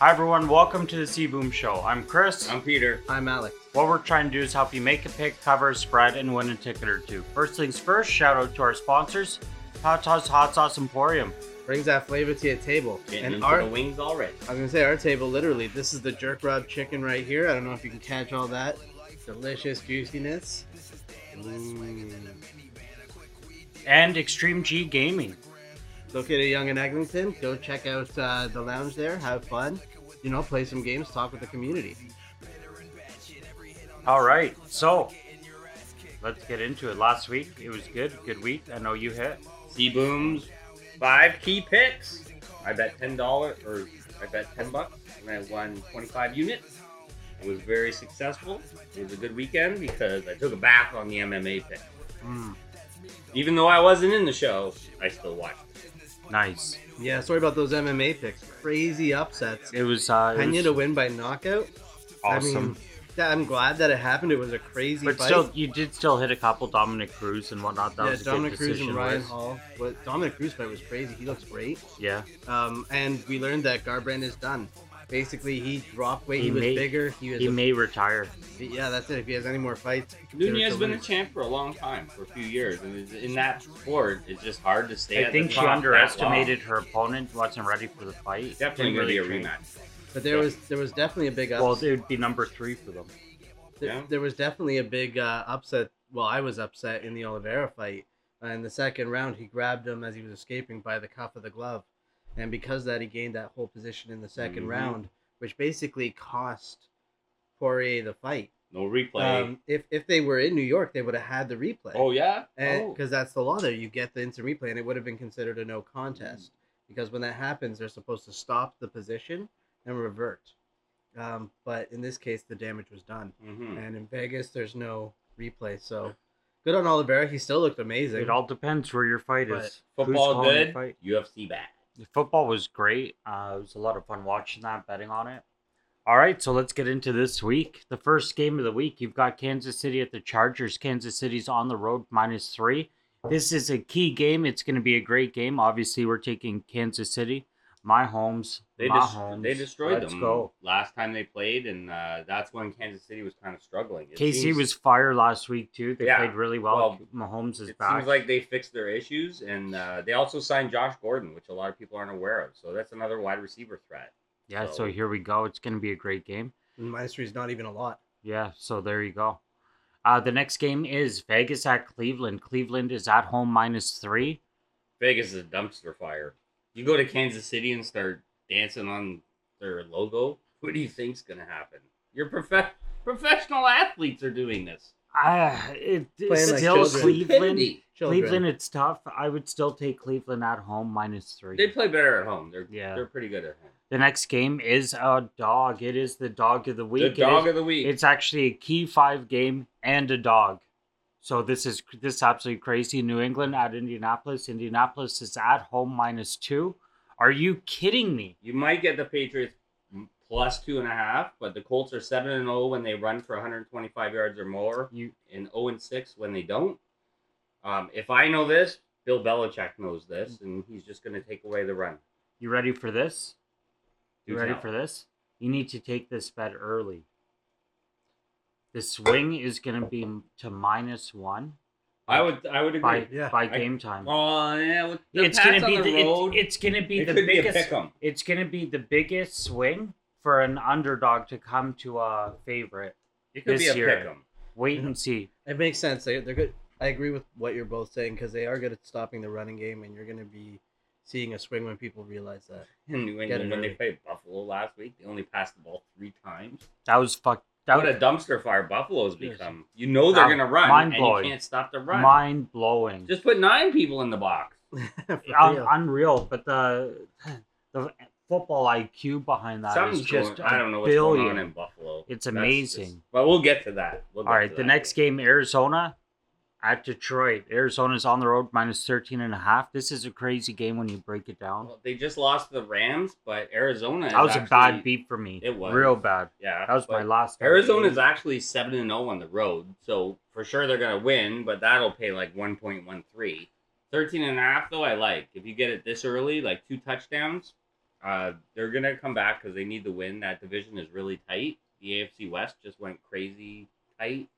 Hi everyone, welcome to the Sea Boom Show. I'm Chris. I'm Peter. I'm Alex. What we're trying to do is help you make a pick, cover, spread, and win a ticket or two. First things first, shout out to our sponsors, Hot Sauce Hot Sauce Emporium. Brings that flavor to your table. Getting and into our, the wings already. I was gonna say our table literally. This is the jerk rub chicken right here. I don't know if you can catch all that delicious juiciness. Mm. And Extreme G Gaming. Located at Young and Eglinton. Go check out uh, the lounge there. Have fun. You know, play some games. Talk with the community. All right, so let's get into it. Last week, it was good. Good week. I know you hit. Sea Boom's five key picks. I bet ten dollars, or I bet ten bucks, and I won twenty-five units. It was very successful. It was a good weekend because I took a bath on the MMA pick. Hmm. Mm. Even though I wasn't in the show, I still watched. it. Nice. Yeah. Sorry about those MMA picks. Crazy upsets. It was, uh, it Pena was to win by knockout. awesome. I mean, yeah, I'm glad that it happened. It was a crazy but fight. still, you did still hit a couple Dominic Cruz and whatnot. That yeah, was a Dominic good Cruz decision. and Ryan right? Hall. But Dominic Cruz fight was crazy. He looks great. Yeah. Um, and we learned that Garbrandt is done. Basically, he dropped weight. He He, was may- bigger. He was. He a- may retire. yeah, that's it. If he has any more fights, Nunez has been a There's a champ for a long time, for a few years, and it's- in that sport, it's just hard to stay. I at think the she top that underestimated long. her opponent, wasn't ready for the fight. Definitely Didn't going to be a really train. rematch. but there Yeah. was there was definitely a big upset. Well, it would be number three for them. there, yeah. there was definitely a big uh, upset. Well, I was upset in the Oliveira fight. Uh, in the second round, he grabbed him as he was escaping by the cuff of the glove, and because of that, he gained that whole position in the 2nd Mhm. round, which basically cost Poirier the fight. No replay. Um, if if they were in New York, they would have had the replay. oh yeah. eh, oh. because Eh, that's the law there. You get the instant replay, and it would have been considered a no contest because when that happens, they're supposed to stop the position and revert. Um, but in this case, the damage was done, Mhm. and in Vegas, there's no replay. So good on Oliveira. He still looked amazing. It all depends where your fight is. But Who's Football calling the good, fight. UFC bad. Football was great. Uh, it was a lot of fun watching that, betting on it. All right, so let's get into this week. The first game of the week, you've got Kansas City at the Chargers. Kansas City's on the road, minus three. This is a key game. It's going to be a great game. Obviously, we're taking Kansas City, my homes, They my just homes. they destroyed Let's them go. last time they played, and uh, that's when Kansas City was kind of struggling. It KC seems- was fire last week too. They Yeah, played really well. well, Mahomes is It seems back. like they fixed their issues, and uh, they also signed Josh Gordon, which a lot of people aren't aware of. So that's another wide receiver threat. yeah, so so- here we go. It's going to be a great game. And minus three is not even a lot. Yeah, so there you go. Uh, the next game is Vegas at Cleveland. Cleveland is at home minus three. Vegas is a dumpster fire. You go to Kansas City and start dancing on their logo. What do you think's gonna happen? Your profe- professional athletes are doing this. Ah, it, it's Playing like still children. Cleveland. Stupidity. Children. Cleveland, it's tough. I would still take Cleveland at home minus three. They play better at home. They're Yeah. they're pretty good at home. the next game is a dog. It is the dog of the week. It the dog is- of the week. it's actually a key five game and a dog. So this is this is absolutely crazy. New England at Indianapolis. Indianapolis is at home minus two. Are you kidding me? You might get the Patriots plus two and a half, but the Colts are seven and zero when they run for 125 yards or more, You and zero and six when they don't. Um, if I know this, Bill Belichick knows this, and he's just going to take away the run. You ready for this? You Do ready tell. for this? You need to take this bet early. The swing is going to be m- to minus one I would. I would by agree. Yeah, by I- game time. Oh yeah, with the it's going to be on the, the, it- road. it's going to be it the could biggest be a pick 'em. it's going to be the biggest swing for an underdog to come to a favorite. It could be this a year. pick 'em. Wait and see. It makes sense. They, they're good. I agree with what you're both saying because they are good at stopping the running game, and you're going to be seeing a swing when people realize that. In New Get it England, when they early. played Buffalo last week, they only passed the ball three times. That was fuck that what a was dumpster fire Buffalo's Yes. become. You know they're Wow. going to run, and you Mind-blowing. can't stop the run. mind blowing. Just put nine people in the box. For Un- real. unreal, but the the football IQ behind that is Something's just going, I don't know what's going on billion. in Buffalo. It's That's amazing. just- but we'll get to that. We'll get All to right, the that. next game, Arizona at Detroit. Arizona's on the road, minus 13 and a half. This is a crazy game when you break it down. Well, they just lost to the Rams, but Arizona. Is That was a bad actually- beat for me. It was. Real bad. Yeah, That was my but last. Arizona's actually seven and zero on the road, so for sure they're gonna win. But that'll pay like one point one three. 13 and a half though I like. If you get it this early, like two touchdowns, Uh, they're gonna come back because they need to win. That division is really tight. The AFC West just went crazy tight.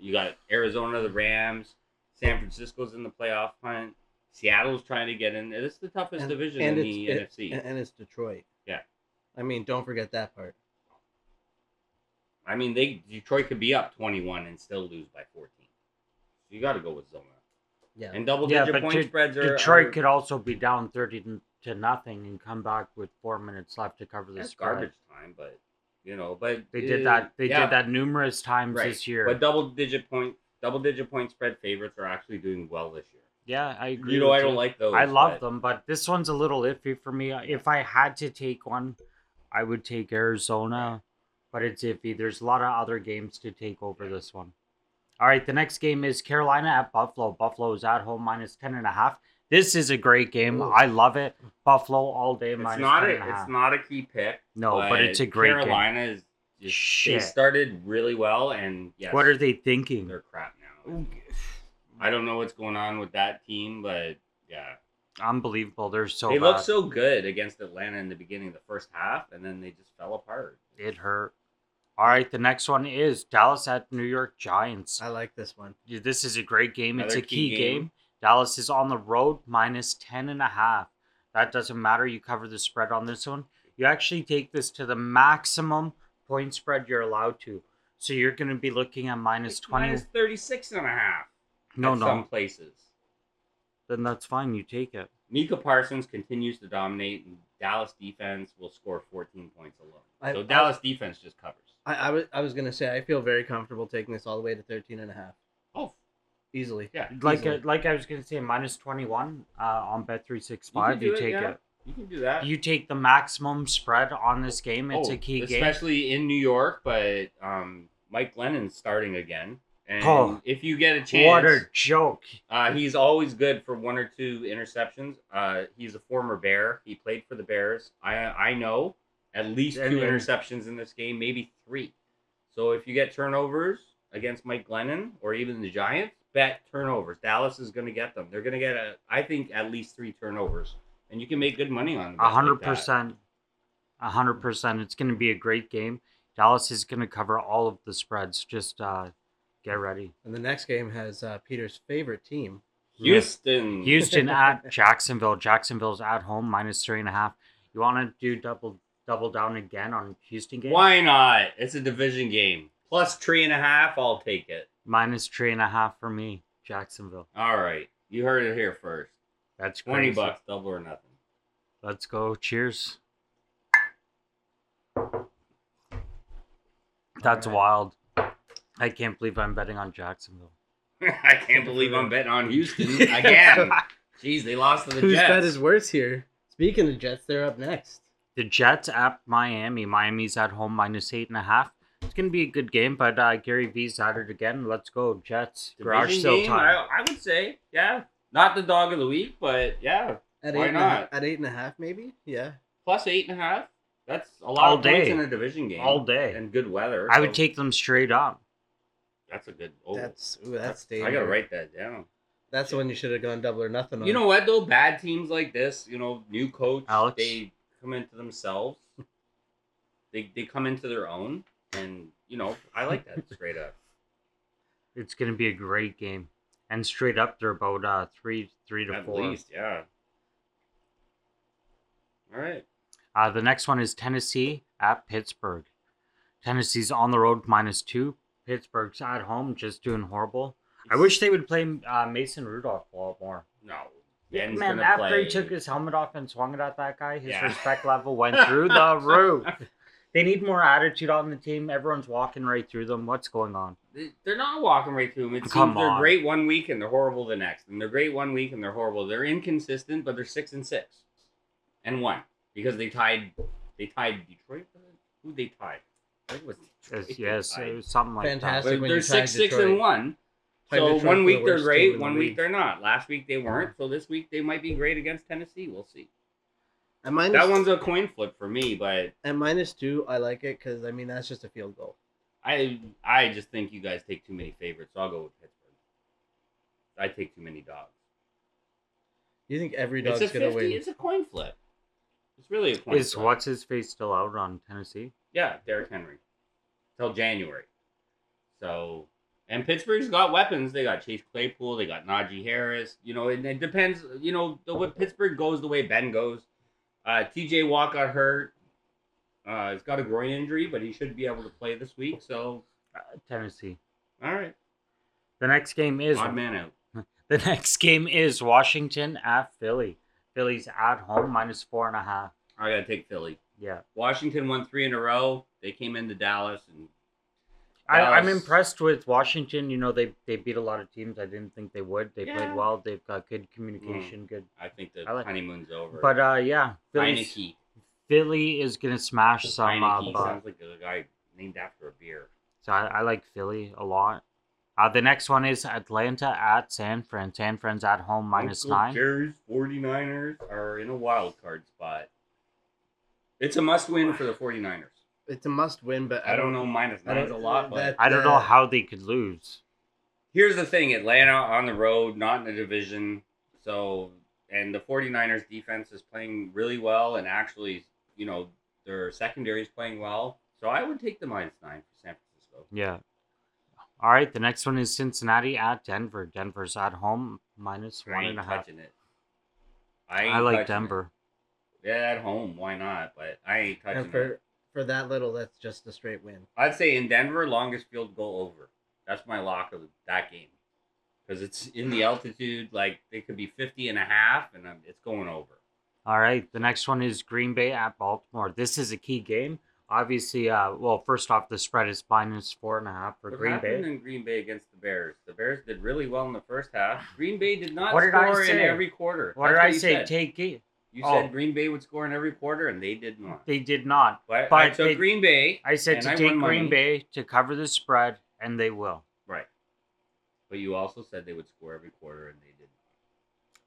You got Arizona, the Rams, San Francisco's in the playoff hunt. Seattle's trying to get in. It's the toughest And- division and in it's- the NFC. it- And, and it's Detroit. Yeah. I mean, don't forget that part. I mean, they Detroit could be up twenty-one and still lose by fourteen. So you got to go with Zona. Yeah. And double Yeah, digit but point De- spreads are Detroit are- could also be down thirty to- to nothing and come back with four minutes left to cover the that's spread. garbage time, but you know, but They did uh, that. They yeah, did that numerous times right. this year. But double digit point, double digit point spread favorites are actually doing well this year. yeah, I agree. You know, with I don't like those. I love but them, but this one's a little iffy for me. If I had to take one, I would take Arizona, but it's iffy. There's a lot of other games to take over this one. All right, the next game is Carolina at Buffalo. Buffalo is at home minus 10 and a half. This is a great game. Ooh. I love it. Buffalo all day It's minus not 10 a, and a half. it's not a key pick. No, but it's a great game. Carolina is just Shit. they started really well, and yes, What are they thinking? they're crap now. I don't know what's going on with that team, but yeah, Unbelievable. They're so they bad. looked so good against Atlanta in the beginning of the first half, and then they just fell apart. it hurt. All right, the next one is Dallas at New York Giants. I like this one. Yeah, this is a great game. It's Uh, Another a key, key game. game. Dallas is on the road minus 10 and a half. That doesn't matter. You cover the spread on this one. You actually take this to the maximum point spread you're allowed to. So you're going to be looking at minus It's 20. minus 36 and a half. no, at no. Some places. Then that's fine. You take it. Mika Parsons continues to dominate, and Dallas defense will score 14 points alone. I- so I- Dallas defense just covers. I, I was I was gonna say I feel very comfortable taking this all the way to 13 and a half Oh, easily. yeah. Like Easily. like I was going to say, minus 21 uh, on You can Bet365. do You, it, take yeah. it. You can do that. You take the maximum spread on this game. It's Oh, a key especially game. in New York, but um, Mike Glennon's starting again. And Oh. if you get a What chance, a joke. uh, he's always good for one or two interceptions. Uh, he's a former Bear. He played for the Bears. I I know at least two And- and- interceptions in this game, maybe three. So if you get turnovers against Mike Glennon or even the Giants, bet turnovers. Dallas is going to get them. They're going to get a, I think at least three turnovers, and you can make good money on. a bet A like hundred that. percent. A hundred percent. It's going to be a great game. Dallas is going to cover all of the spreads. Just uh, get ready. And the next game has uh, Peter's favorite team. Houston. Houston at Jacksonville. Jacksonville's at home minus three and a half. You want to do double double down again on Houston game Why not? It's a division game. Plus three and a half, I'll take it. minus three and a half for me. Jacksonville. All right. You heard it here first. That's 20 crazy. bucks, double or nothing. Let's go. Cheers. That's right. wild. I can't believe I'm betting on Jacksonville. I can't believe I'm betting on Houston again. Jeez, they lost to the Who's Jets. bet is worse here? Speaking of Jets, they're up next. The Jets at Miami. Miami's at home minus eight and a half. It's gonna be a good game, but uh, Gary V's at it again. Let's go Jets. Garage Division sale game, time. I, I would say, yeah, not the dog of the week, but yeah, At Why eight and a half not? at eight and a half, maybe. Yeah. plus eight and a half. That's a lot All of points day. in a division game. All day. and good weather. I would so take them straight up. That's a good. Oh, That's ooh, that's I gotta dangerous. write that down. That's the one you should have gone double or Mm-hmm. nothing on. You know what though? Bad teams like this, you know, new coach, Alex? they come into themselves. They they come into their own, and you know, I like that straight up. It's gonna be a great game, and straight up they're about uh, three three to At four. least, yeah. All right. Uh, the next one is Tennessee at Pittsburgh. Tennessee's on the road minus two. Pittsburgh's at home, just doing horrible. I wish they would play uh, Mason Rudolph a lot more. no. Yeah, Ben's man, gonna after he play. took his helmet off and swung it at that guy, his Yeah. respect level went through the roof. They need more attitude on the team. Everyone's walking right through them. What's going on? They- They're not walking right through him. It Come seems they're on. great one week and they're horrible the next, and they're great one week and they're horrible. They're inconsistent, but they're six and six, and one because they tied. They tied Detroit. Who they tied? I think it was Detroit It's- they yes, tied. it was something like Fantastic. that. But when they're you six, tied six, Detroit. and one. Tied So Detroit for one the week they're worst team great, in the one league. week they're not. Last week they weren't, so this week they might be great against Tennessee. We'll see. At minus, That one's a coin flip for me, but at minus two. I like it because I mean that's just a field goal. I I just think you guys take too many favorites. So I'll go with Pittsburgh. I take too many dogs. You think every It's dog's a gonna fifty. win? It's a coin flip. It's really a point. Is spread. what's his face still out on Tennessee? Yeah, Derrick Henry. Till January. So and Pittsburgh's got weapons. They got Chase Claypool, they got Najee Harris. You know, and it depends, you know, the way Pittsburgh goes the way Ben goes. Uh TJ Watt got hurt. Uh he's got a groin injury, but he should be able to play this week. So Uh, Tennessee. all right. The next game is Odd man out. the next game is Washington at Philly. Philly's at home minus four and a half. I gotta take Philly. Yeah, Washington won three in a row. They came into Dallas and I, I'm Dallas- impressed with Washington. You know they they beat a lot of teams. I didn't think they would. They Yeah. played well. They've got good communication. Good, I think the I like- honeymoon's over. but uh, yeah, Philly's- Heineke. Philly is gonna smash some. Uh, Heineke Bucs. sounds like a guy named after a beer. So I, I like Philly a lot. Uh, the next one is Atlanta at San Fran. San Fran's at Oh, home minus Uncle nine. Jerry's 49ers are in a wild card spot. It's a must win for the 49ers. It's a must win, but I don't know, minus I nine is a don't- lot, but that- I don't know Uh, how they could lose. here's the thing Atlanta on the road, not in the division. So, and the 49ers defense is playing really well, and actually, you know, their secondary is playing well. So I would take the minus nine for San Francisco. Yeah. All right. The next one is Cincinnati at Denver. Denver's at home minus I one ain't and a half. touching it. I ain't like touching it. Denver. Yeah, at home, why not? But I ain't touching And it. for for that little, that's just a straight win. I'd say in Denver, longest field goal over. That's my lock of that game. Because it's in the altitude, like it could be 50 and a half, and I'm, it's going over. All right. The next one is Green Bay at Baltimore. This is a key game. Obviously, uh, well, first off, the spread is minus four and a half for What Green happened Bay. in Green Bay against the Bears? The Bears did really well in the first half. Green Bay did not What did I score in say? every quarter. What That's did I you say? said. Take it. you oh. said Green Bay would score in every quarter, and they did not. They did not. But, I but took they- Green Bay, I said And to I take won money. Green Bay to cover the spread, and they will. right? But you also said they would score every quarter, and they did.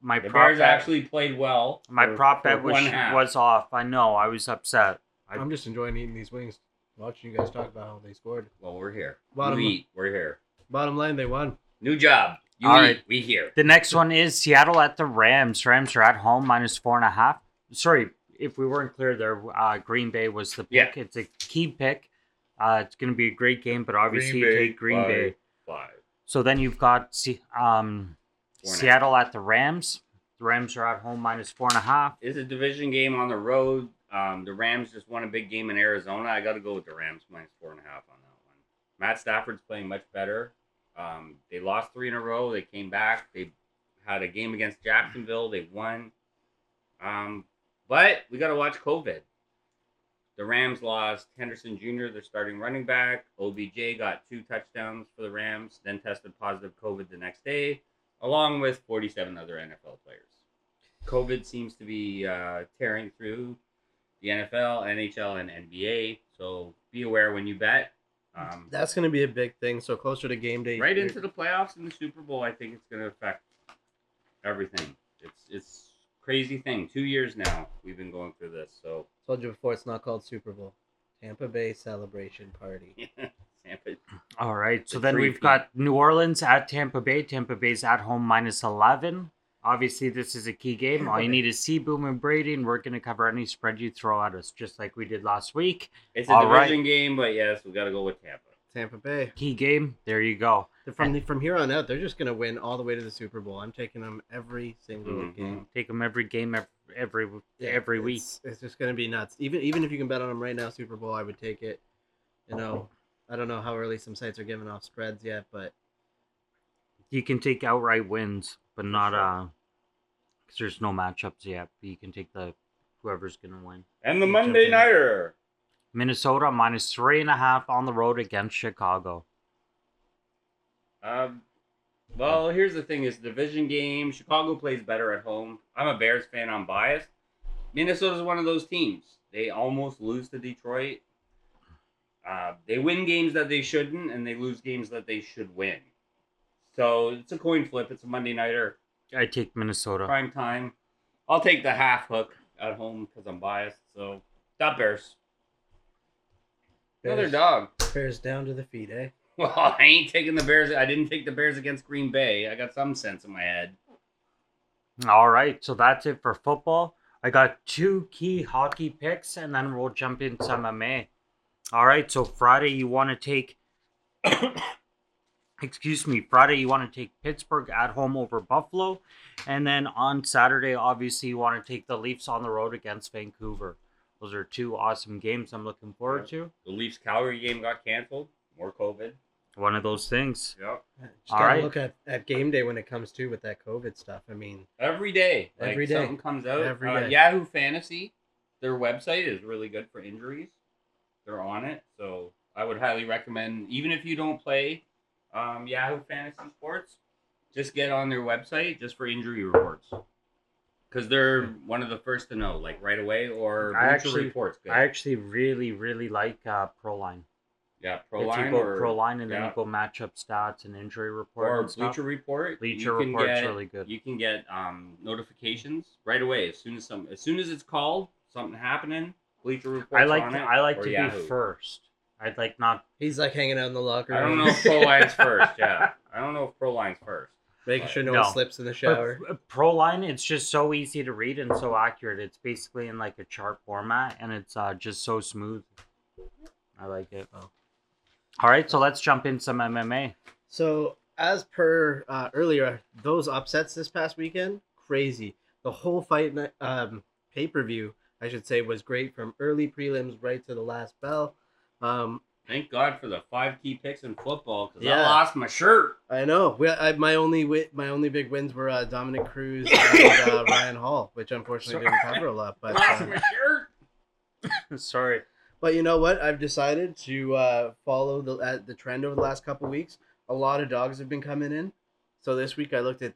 My not The prop Bears bet, actually played well. my for- prop for bet was one half. was off. I know. I was upset. I- I'm just enjoying eating these wings, watching you guys talk about how they scored. Well, we're here. Bottom- you eat. We're here. Bottom line, they won. New job. You All eat. right. We here. The next one is Seattle at the Rams. Rams are at home minus four and a half. Sorry, if we weren't clear there, uh, Green Bay was the pick. It's a key pick. Uh, it's going to be a great game, but obviously you take Green by Bay. Five. So then you've got Se- um, Four and a half. Seattle at the Rams. The Rams are at home minus four and a half. It's a division game on the road. Um, the Rams just won a big game in Arizona. I got to go with the Rams minus four and a half on that one. Matt Stafford's playing much better. Um, they lost three in a row. They came back. They had a game against Jacksonville. They won. Um, but we got to watch COVID. The Rams lost Henderson Jr., their starting running back. OBJ got two touchdowns for the Rams, then tested positive COVID the next day, along with 47 other NFL players. COVID seems to be uh, tearing through the NFL, NHL, and NBA. So be aware when you bet. Um, That's going to be a big thing. So closer to game day, right into the playoffs and the Super Bowl, I think it's going to affect everything. It's it's crazy thing. Two years now we've been going through this. So Told you before, it's not called Super Bowl. Tampa Bay celebration party. Tampa- All right. So The then three we've peat. got New Orleans at Tampa Bay. Tampa Bay's at home minus 11. Obviously, this is a key game. All Tampa you Bay. need is Seaboom and Brady, and we're going to cover any spread you throw at us, just like we did last week. it's a All right. division game, but yes, we got to go with Tampa. Tampa Bay. Key game. There you go. They're From the, from here on out, they're just going to win all the way to the Super Bowl. I'm taking them every single Mhm. game. Take them every game, ev- every Yeah, every week. It's, it's just going to be nuts. Even even if you can bet on them right now, Super Bowl, I would take it. You know, I don't know how early some sites are giving off spreads yet, but You can take outright wins, but not uh, because there's no matchups yet. But you can take the whoever's going to win. And the You Monday jump in. Nighter. Minnesota minus three and a half on the road against Chicago. Um, well, here's the thing: it's a division game. Chicago plays better at home. I'm a Bears fan. I'm biased. Minnesota's one of those teams. They almost lose to Detroit. Uh, they win games that they shouldn't, and they lose games that they should win. So it's a coin flip. It's a Monday nighter, I take Minnesota. prime time. I'll take the half hook at home because I'm biased. So that Bears. Another Bears. dog. Bears down to the feet, eh? Well, I ain't taking the Bears. I didn't take the Bears against Green Bay. I got some sense in my head. All right, so that's it for football. I got two key hockey picks, and then we'll jump in some MMA. All right, so Friday you want to take, excuse me, Friday you want to take Pittsburgh at home over Buffalo, and then on Saturday obviously you want to take the Leafs on the road against Vancouver. Those are two awesome games I'm looking forward to. The Leafs Calgary game got canceled. More COVID. One of those things. Yep. Just All gotta right. look at, at game day when it comes to with that COVID stuff. I mean, Every day. Like Every day. Something comes out. Every Uh, day. Yahoo Fantasy, their website is really good for injuries. They're on it. So I would highly recommend, even if you don't play um, Yahoo Fantasy Sports, just get on their website just for injury reports. Because they're one of the first to know, like right away, or I Bleacher actually- reports. Good. I actually really, really like uh, Proline. yeah, if Proline you go or, Proline and then you yeah. go matchup stats and injury report or and stuff. Bleacher Report. Bleacher you can Report's get- really good. You can get um, notifications right away as soon as some as soon as it's called something happening. Bleacher Report. I like on to, it, I like or to Yahoo. be first. I'd like not. he's like hanging out in the locker I room. don't know if Pro Line's first. Yeah, I don't know if Pro Line's first. Making sure no, No. one slips in the shower. But Proline, it's just so easy to read and so accurate. It's basically in like a chart format, and it's uh, just so smooth. I like it. Oh. All right, so let's jump in some MMA. So, as per uh, earlier, those upsets this past weekend, crazy. The whole fight night um, pay per view, I should say, was great from early prelims right to the last bell. Um, Thank God for the five key picks in football because I Yeah. lost my shirt. I know. We, I, my only wi- my only big wins were uh, Dominic Cruz and uh, Ryan Hall, which unfortunately didn't cover a lot. But lost um, my shirt. Sorry. But you know what? I've decided to uh, follow the uh, the trend over the last couple weeks. A lot of dogs have been coming in, so this week I looked at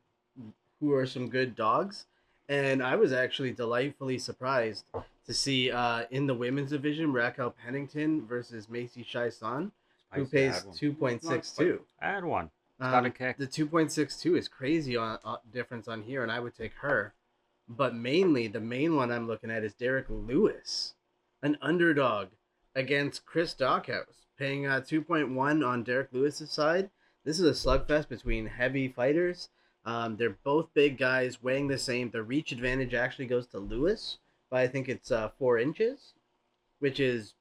who are some good dogs, and I was actually delightfully surprised to see uh, in the women's division Raquel Pennington versus Macy Shaisan, who Nice to pays have one. two point six two. Add one. Um, got a kick. The two point six two is crazy on uh, difference on here, and I would take her. But mainly, the main one I'm looking at is Derek Lewis, an underdog against Chris Dockhouse, paying uh, two point one on Derek Lewis's side. This is a slugfest between heavy fighters. Um, they're both big guys, weighing the same. The reach advantage actually goes to Lewis by I think it's uh, four inches, which is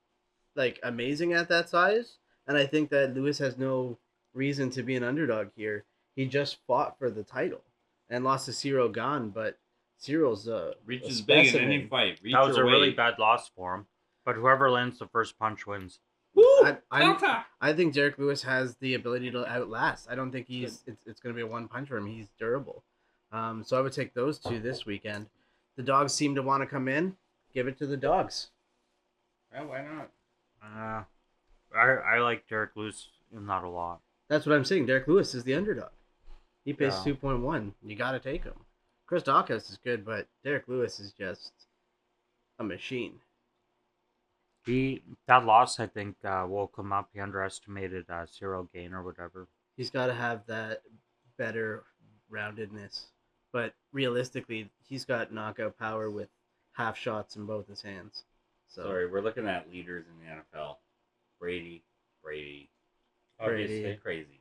like amazing at that size. And I think that Lewis has no reason to be an underdog here. He just fought for the title and lost to Cyril Gan, but Cyril's uh, Reach a is big in any specimen. fight. Reach That was a your really weight. bad loss for him. But whoever lands the first punch wins. Woo! I- I'm- Delta! I think Derek Lewis has the ability to outlast. I don't think he's it's, it's going to be a one punch for him. He's durable. Um, so I would take those two this weekend. The dogs seem to want to come in. Give it to the dogs. Yeah, why not? Uh, I I like Derek Lewis not a lot. That's what I'm saying. Derek Lewis is the underdog. He pays Yeah. two point one. You got to take him. Chris Dawkins is good, but Derek Lewis is just a machine. He that loss I think uh, woke him up. He underestimated uh, Cyril Gain or whatever. He's got to have that better roundedness. But realistically, he's got knockout power with half shots in both his hands. So Sorry, we're looking at leaders in the NFL. Brady, Brady, Brady. obviously crazy.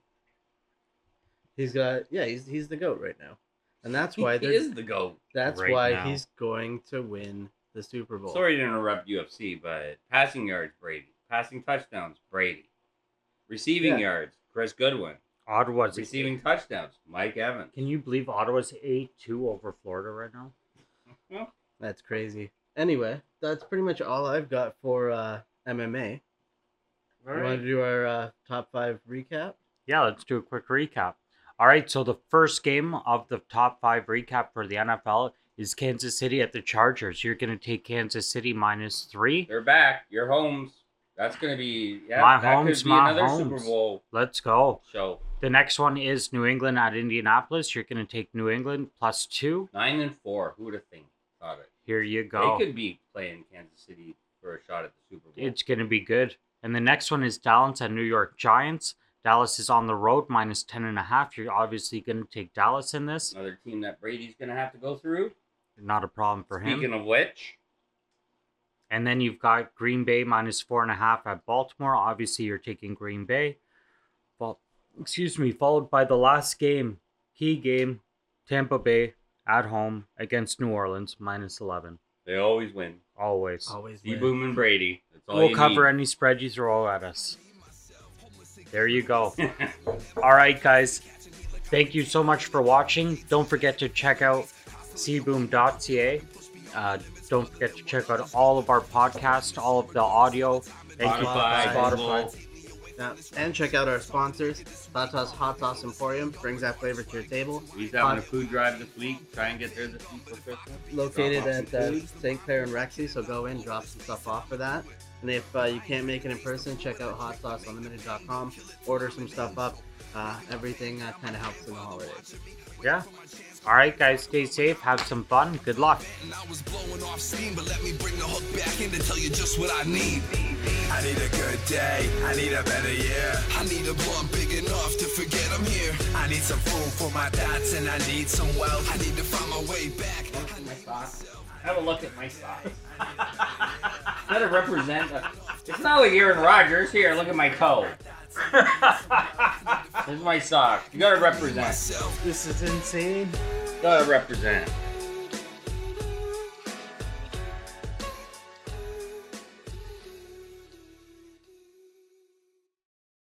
he's got yeah, he's he's the goat right now, and that's why he they're, is the goat. that's Right why now. he's going to win the Super Bowl. Sorry to interrupt UFC, but passing yards, Brady. Passing touchdowns, Brady. Receiving Yeah. yards, Chris Goodwin. Ottawa's Receiving touchdowns, Mike Evans. Can you believe Ottawa's eight two over Florida right now? That's crazy. Anyway, that's pretty much all I've got for uh, MMA. All you want to do our uh, top five recap? Yeah, let's do a quick recap. All right, so the first game of the top five recap for the NFL is Kansas City at the Chargers. You're going to take Kansas City minus three. They're back. Your homes. That's gonna be yeah. My that homes, could be my another homes. Super Bowl Let's go. show. The next one is New England at Indianapolis. You're going to take New England plus two. Nine and four. Who would have think thought it? Here you go. They could be playing Kansas City for a shot at the Super Bowl. It's going to be good. And the next one is Dallas at New York Giants. Dallas is on the road, minus 10.5. You're obviously going to take Dallas in this. another team that Brady's gonna have to go through. Not a problem for him. Speaking of which, And then you've got Green Bay minus four and a half at Baltimore. Obviously, you're taking Green Bay. Well, excuse me, followed by the last game, key game, Tampa Bay at home against New Orleans, minus 11. They always win. Always. Always D win. Boom and Brady. Oh, That's all We'll you cover any spread you throw at us. There you go. need. All right, guys. Thank you so much for watching. Don't forget to check out cboom.ca. Uh, don't forget to check out all of our podcasts, all of the audio. Thank you, Spotify, Spotify. Now, and check out our sponsors. Tatas Hot Sauce Emporium brings that flavor to your table. He's having a food drive this week. Try and get there this week for Christmas. Located Drop off at some uh, food. St. Clair and Rexy, so go in, drop some stuff off for that. And if uh, you can't make it in person, check out hotsauceunlimited.com. Order some stuff up. Uh, everything uh, kind of helps in the holidays. Yeah. All right, guys. Stay safe. Have some fun. Good luck. And I was blowing off steam, but let me bring the hook back in to tell you just what I need. I need a good day. I need a better year. I need a blunt big enough to forget I'm here. I need some food for my thoughts and I need some wealth. I need to find my way back. I My need socks. Have a look at my socks. Instead of represent, a- it's not like Aaron Rodgers. Here, look at my toe. Here's my sock. You gotta represent. myself. This is insane. gotta represent.